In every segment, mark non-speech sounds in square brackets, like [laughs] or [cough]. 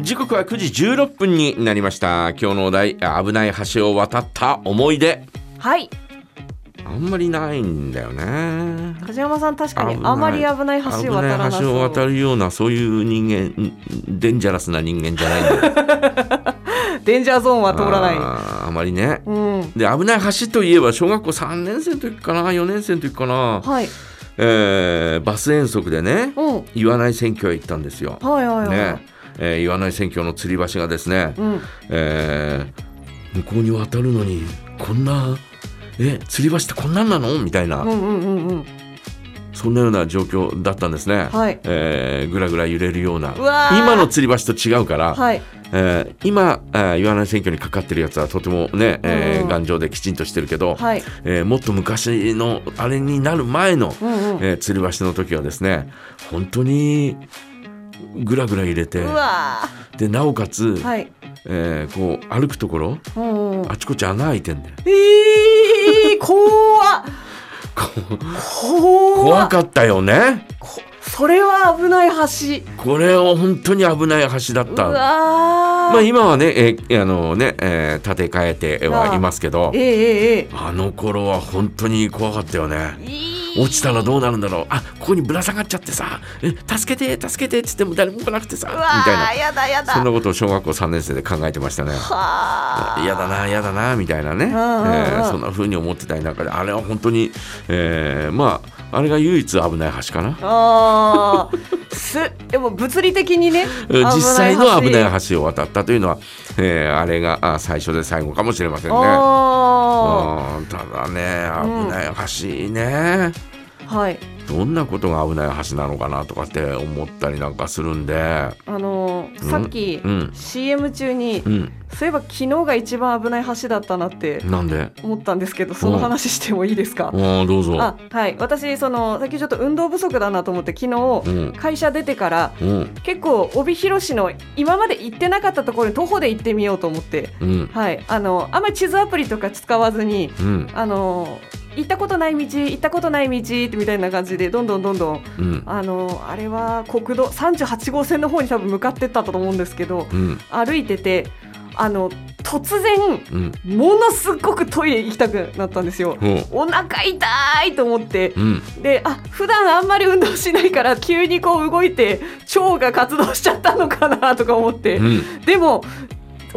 時刻は9時16分になりました今日のお題あ危ない橋を渡った思い出はいあんまりないんだよね梶山さん確かにあまり危ない橋を渡らな危ない橋をそう渡るようなそういう人間んデンジャラスな人間じゃないんだよデンジャーゾーンは通らないあーあまりねうんで危ない橋といえば小学校3年生の時かな4年生の時かな、はいえーバス遠足でねうんはい岩内選挙へ行ったんですよ、はいはい、ねえー岩内選挙の吊り橋がですね、うんえー向こうに渡るのにこんなえ吊り橋ってこんなんなのみたいな、うんうんうんうんそんなような状況だったんですね、はいえーぐらぐら揺れるようなうわー今の吊り橋と違うから、はいえー今、えー岩内選挙にかかってるやつはとてもね、えーうん頑丈できちんとしてるけど、はいえーもっと昔のあれになる前の、うんうんえー吊り橋の時はですね本当にぐらぐら揺れてうわでなおかつ、ーはいえーこう歩くところうんうんあちこち穴開いてんだよ。えー怖っこ怖怖っかったよね。こそれは危ない橋これは本当に危ない橋だっうた。まわーあ今はね、えーあのね、えー建て替えてはいますけどえ、えええあの頃は本当に怖かったよね。ええ落ちたらどうなるんだろう。あ、ここにぶら下がっちゃってさ、え助けて助けてって言っても誰も来なくてさ、うみわーたいやだやな。だそんなことを小学校3年生で考えてましたね。はあ嫌だな嫌だなみたいなね、えんうんうんーそんな風に思ってた中であれは本当に、えーまああれが唯一危ない橋かなあーすでも物理的 [laughs] にねえー実際の危ない橋橋を渡ったというのは、えーあれがあ最初で最後かもしれませんね。あうんただねうん危ない橋ね、ーはいどんなことが危ない橋なのかなとかって思ったりなんかするんで、あのーうんさっき、うん CM 中に、うん、そういえば昨日が一番危ない橋だったなってなんで思ったんですけどその話してもいいですか、うんどうぞ。あはい私そのさっきちょっと運動不足だなと思って昨う日ん会社出てからうん結構帯広市の今まで行ってなかったところに徒歩で行ってみようと思ってうんはいあのあんまり地図アプリとか使わずにうんあの行ったことない道行ったことない道ってみたいな感じでどんどんどんどんうんあのあれは国道38号線の方に多分向かってったと思うんですけどうん歩いててあの突然うんものすごくトイレ行きたくなったんですよ。ほうお腹痛いと思ってうんであ普段あんまり運動しないから急にこう動いて腸が活動しちゃったのかなとか思ってうんでも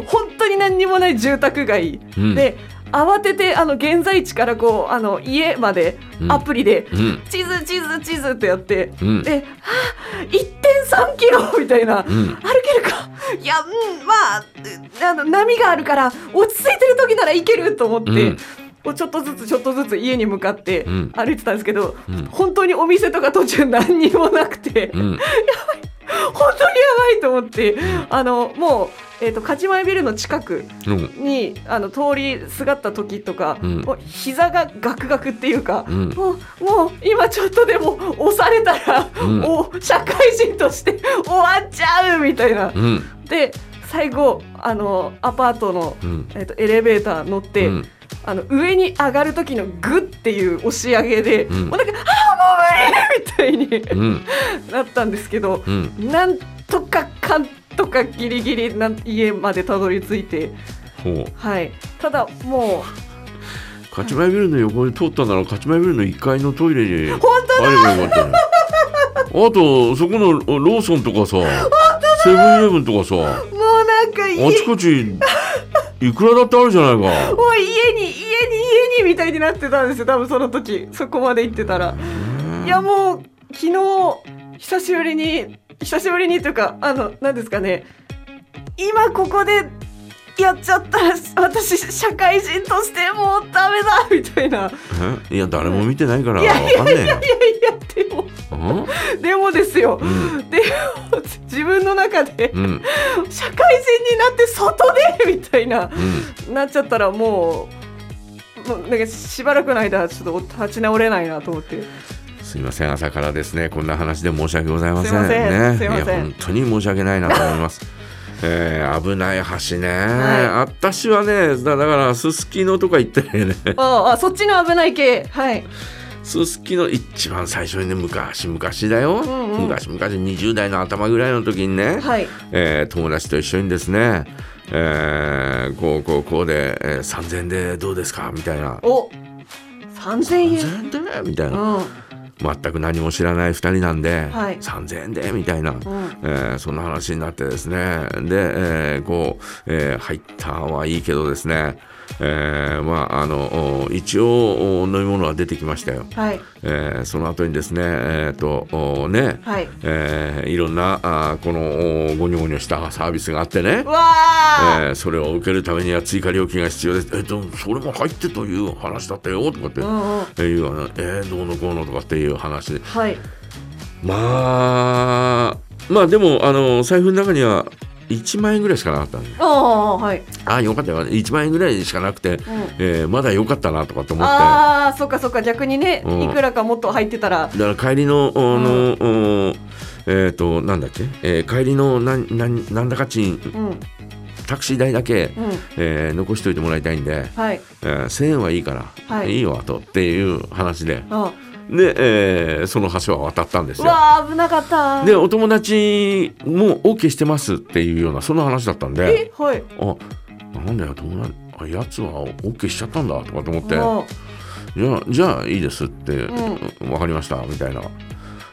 本当に何にもない住宅街うんで慌ててあの現在地からこうあの家までうんアプリでうん地図地図地図ってやってうんで「はあ1.3キロ」みたいなうん歩けるかいやうんまあうあの波があるから落ち着いてる時ならいけると思って、うんこうちょっとずつちょっとずつ家に向かってうん歩いてたんですけど、うん本当にお店とか途中何にもなくて、うん本当にやばいと思って、あのもう。えー、と勝前ビルの近くうんにあの通りすがった時とか、うんもう膝がガクガクっていうか、うんもうもう今ちょっとでも押されたら、うんお社会人として終わっちゃうみたいなうんで最後あのアパートの、うんえっとエレベーター乗って、うんあの上に上がる時のグッっていう押し上げで、うんもうなんか「あーもう無理!」みたいに [laughs] うんなったんですけど、うんなんとかかんとかギリギリなん家までたどり着いて、ほうはい、ただも勝前ビルの横に通ったなら勝前ビルの1階のトイレにあう本当ればよかったよあとそこのローソンとかさセブンイレブンとかさあもうなんか家もうちこちいくらだってあるじゃないか家に家に家にみたいになってたんですよ多分その時そこまで行ってたら。いやもう昨日久しぶりに久しぶりにというかあの何ですかね今ここでやっちゃったら私社会人としてもうダメだみたいなえいや誰も見てないからいわやいかんやねいやいやいやでもえよでもですよ、うんでも自分の中でうんうん社会人になって外でみたいななっちゃったらもうもうなんかしばらくの間ちょっと立ち直れないなと思ってうんすいません朝からですねこんな話で申し訳ございませんすいませんねすいませんや本当に申し訳ないなと思いますえー危ない橋ね、は私はねだだからすすきのとか行ったよねああそっちの危ない系はいすすきの一番最初にね昔昔だよ、んうん昔昔20代の頭ぐらいの時にね、はいえー友達と一緒にですね、えーこうこうこうで、えー3,000円でどうですかみたいなお三千円3,000円でみたいうな、んうん全く何も知らない2人なんで、はい3,000円でみたいな、えーそんな話になってですねで、えーこう、えー入ったはいいけどですね、えーまああのお一応お飲み物は出てきましたよ。はいえーその後にですね、えーとおねはいえーいろんなあーこのおごにょごにょしたサービスがあってねう、わあ、えーそれを受けるためには追加料金が必要です。えっとそれも入ってという話だったよとかって、うんうんえーいうようなえーどうのこうのとかっていう話ではいまあまあでもあの財布の中には1万円ぐらいしかなかったんでああはい、ああよかったよ1万円ぐらいしかなくて、うん、えーまだよかったなとかって思って。ああそっかそっか逆にね、うんいくらかもっと入ってたらだから帰りの、あの、うんえっ、と、なんだっけ、えー帰りのなん、なん、なんだかちん、うんうんタクシー代だけ、えー残しておいてもらいたいんで、はいえー1000円はいいから、はいい、いわと、っていう話で。あで、えーその橋は渡ったんですうよ。わあ危なかったで、お友達も OK してますっていうような、そんな話だったんで、えはいあ、なんだよ、友達、あやつは OK しちゃったんだとかと思って、うんじゃあ、じゃあいいですって、うわかりました、みたいな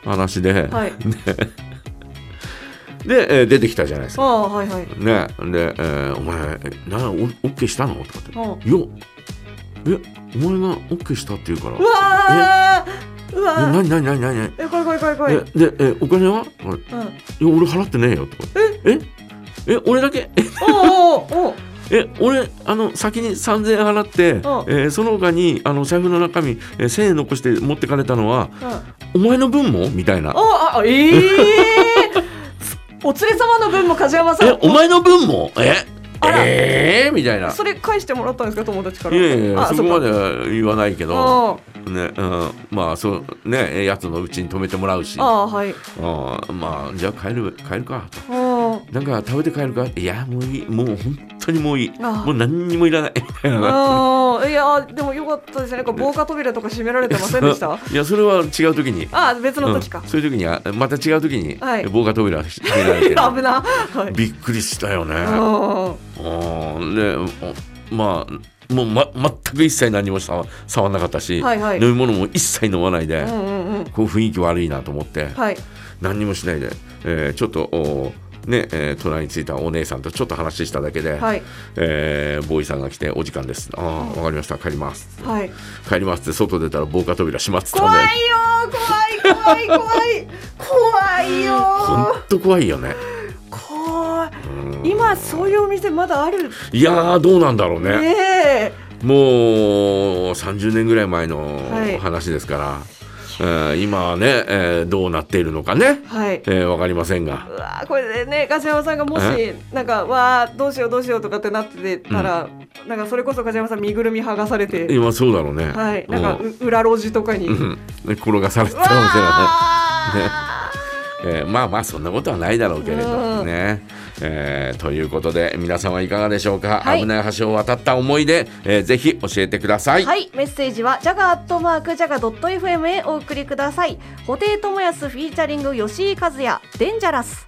話で、はいで、えー出てきたじゃないですか。ああはいはいね、で、えーお前、えな、オッケーしたのとかって。うんよえ、お前がオッケーしたって言うから。うわーうえ、なわーになになになになにえこれこれこれこれ、うん、で、でえお金はとかいや、俺払ってねえよ。とか。ええ、俺だけえおうおうおうえ、俺、あの、先に3000円払って、えーその他に、あの、財布の中身、えー1000円残して持ってかれたのは、うんお前の分もみたいな。ああええお連れ様の分も梶山さえ、んお前の分もえあらえーみたいな。それ返してもらったんですか友達からいやいやいやあそこまでは言わないけど、あねうん、まあそうねやつのうちに泊めてもらうしああはいあまあじゃあ帰る帰るかとうんなんか食べて帰るかいやもういいもう本当にもういいあもう何にもいらないみたいなうんいやでもよかったですねなんか防火扉とか閉められてませんでした [laughs] いやそれは違う時にあ別の時かうん、そういう時にはまた違う時に、はい防火扉閉められ [laughs] 危てなはいびっくりしたよねうんうんでおまあもう、ま、全く一切何もさ触んなかったし、はいはい飲み物も一切飲まないで、うんうんうんこう雰囲気悪いなと思って、はい何にもしないで、えーちょっとおーねえー隣に着いたお姉さんとちょっと話しただけで、はいえーボーイさんが来て「お時間です」ああ「わかりました帰りますはい」帰りますって外出たら防火扉閉まってた怖んいでよ怖い怖い怖い怖いよほんと怖いよね怖い今そういうお店まだあるいやーどうなんだろうねねえもう30年ぐらい前のはい話ですから、えー今はね、えーどうなっているのかね、はいえーわかりませんがうわーこれでね梶山さんがもしえなんかわあどうしようどうしようとかってなってたら、なんかそれこそ梶山さん身ぐるみ剥がされて、今そうだろうね、はいなんかうう裏路地とかに、うう [laughs] わんで転がされてたかもしれないあ、えーまあまあそんなことはないだろうけれどうんね。えーということで皆さんはいかがでしょうか、はい危ない橋を渡った思い出、えーぜひ教えてください。はい、メッセージはジャガアットマークジャガドット FM へお送りください。布袋寅泰フィーチャリング吉井和也デンジャラス。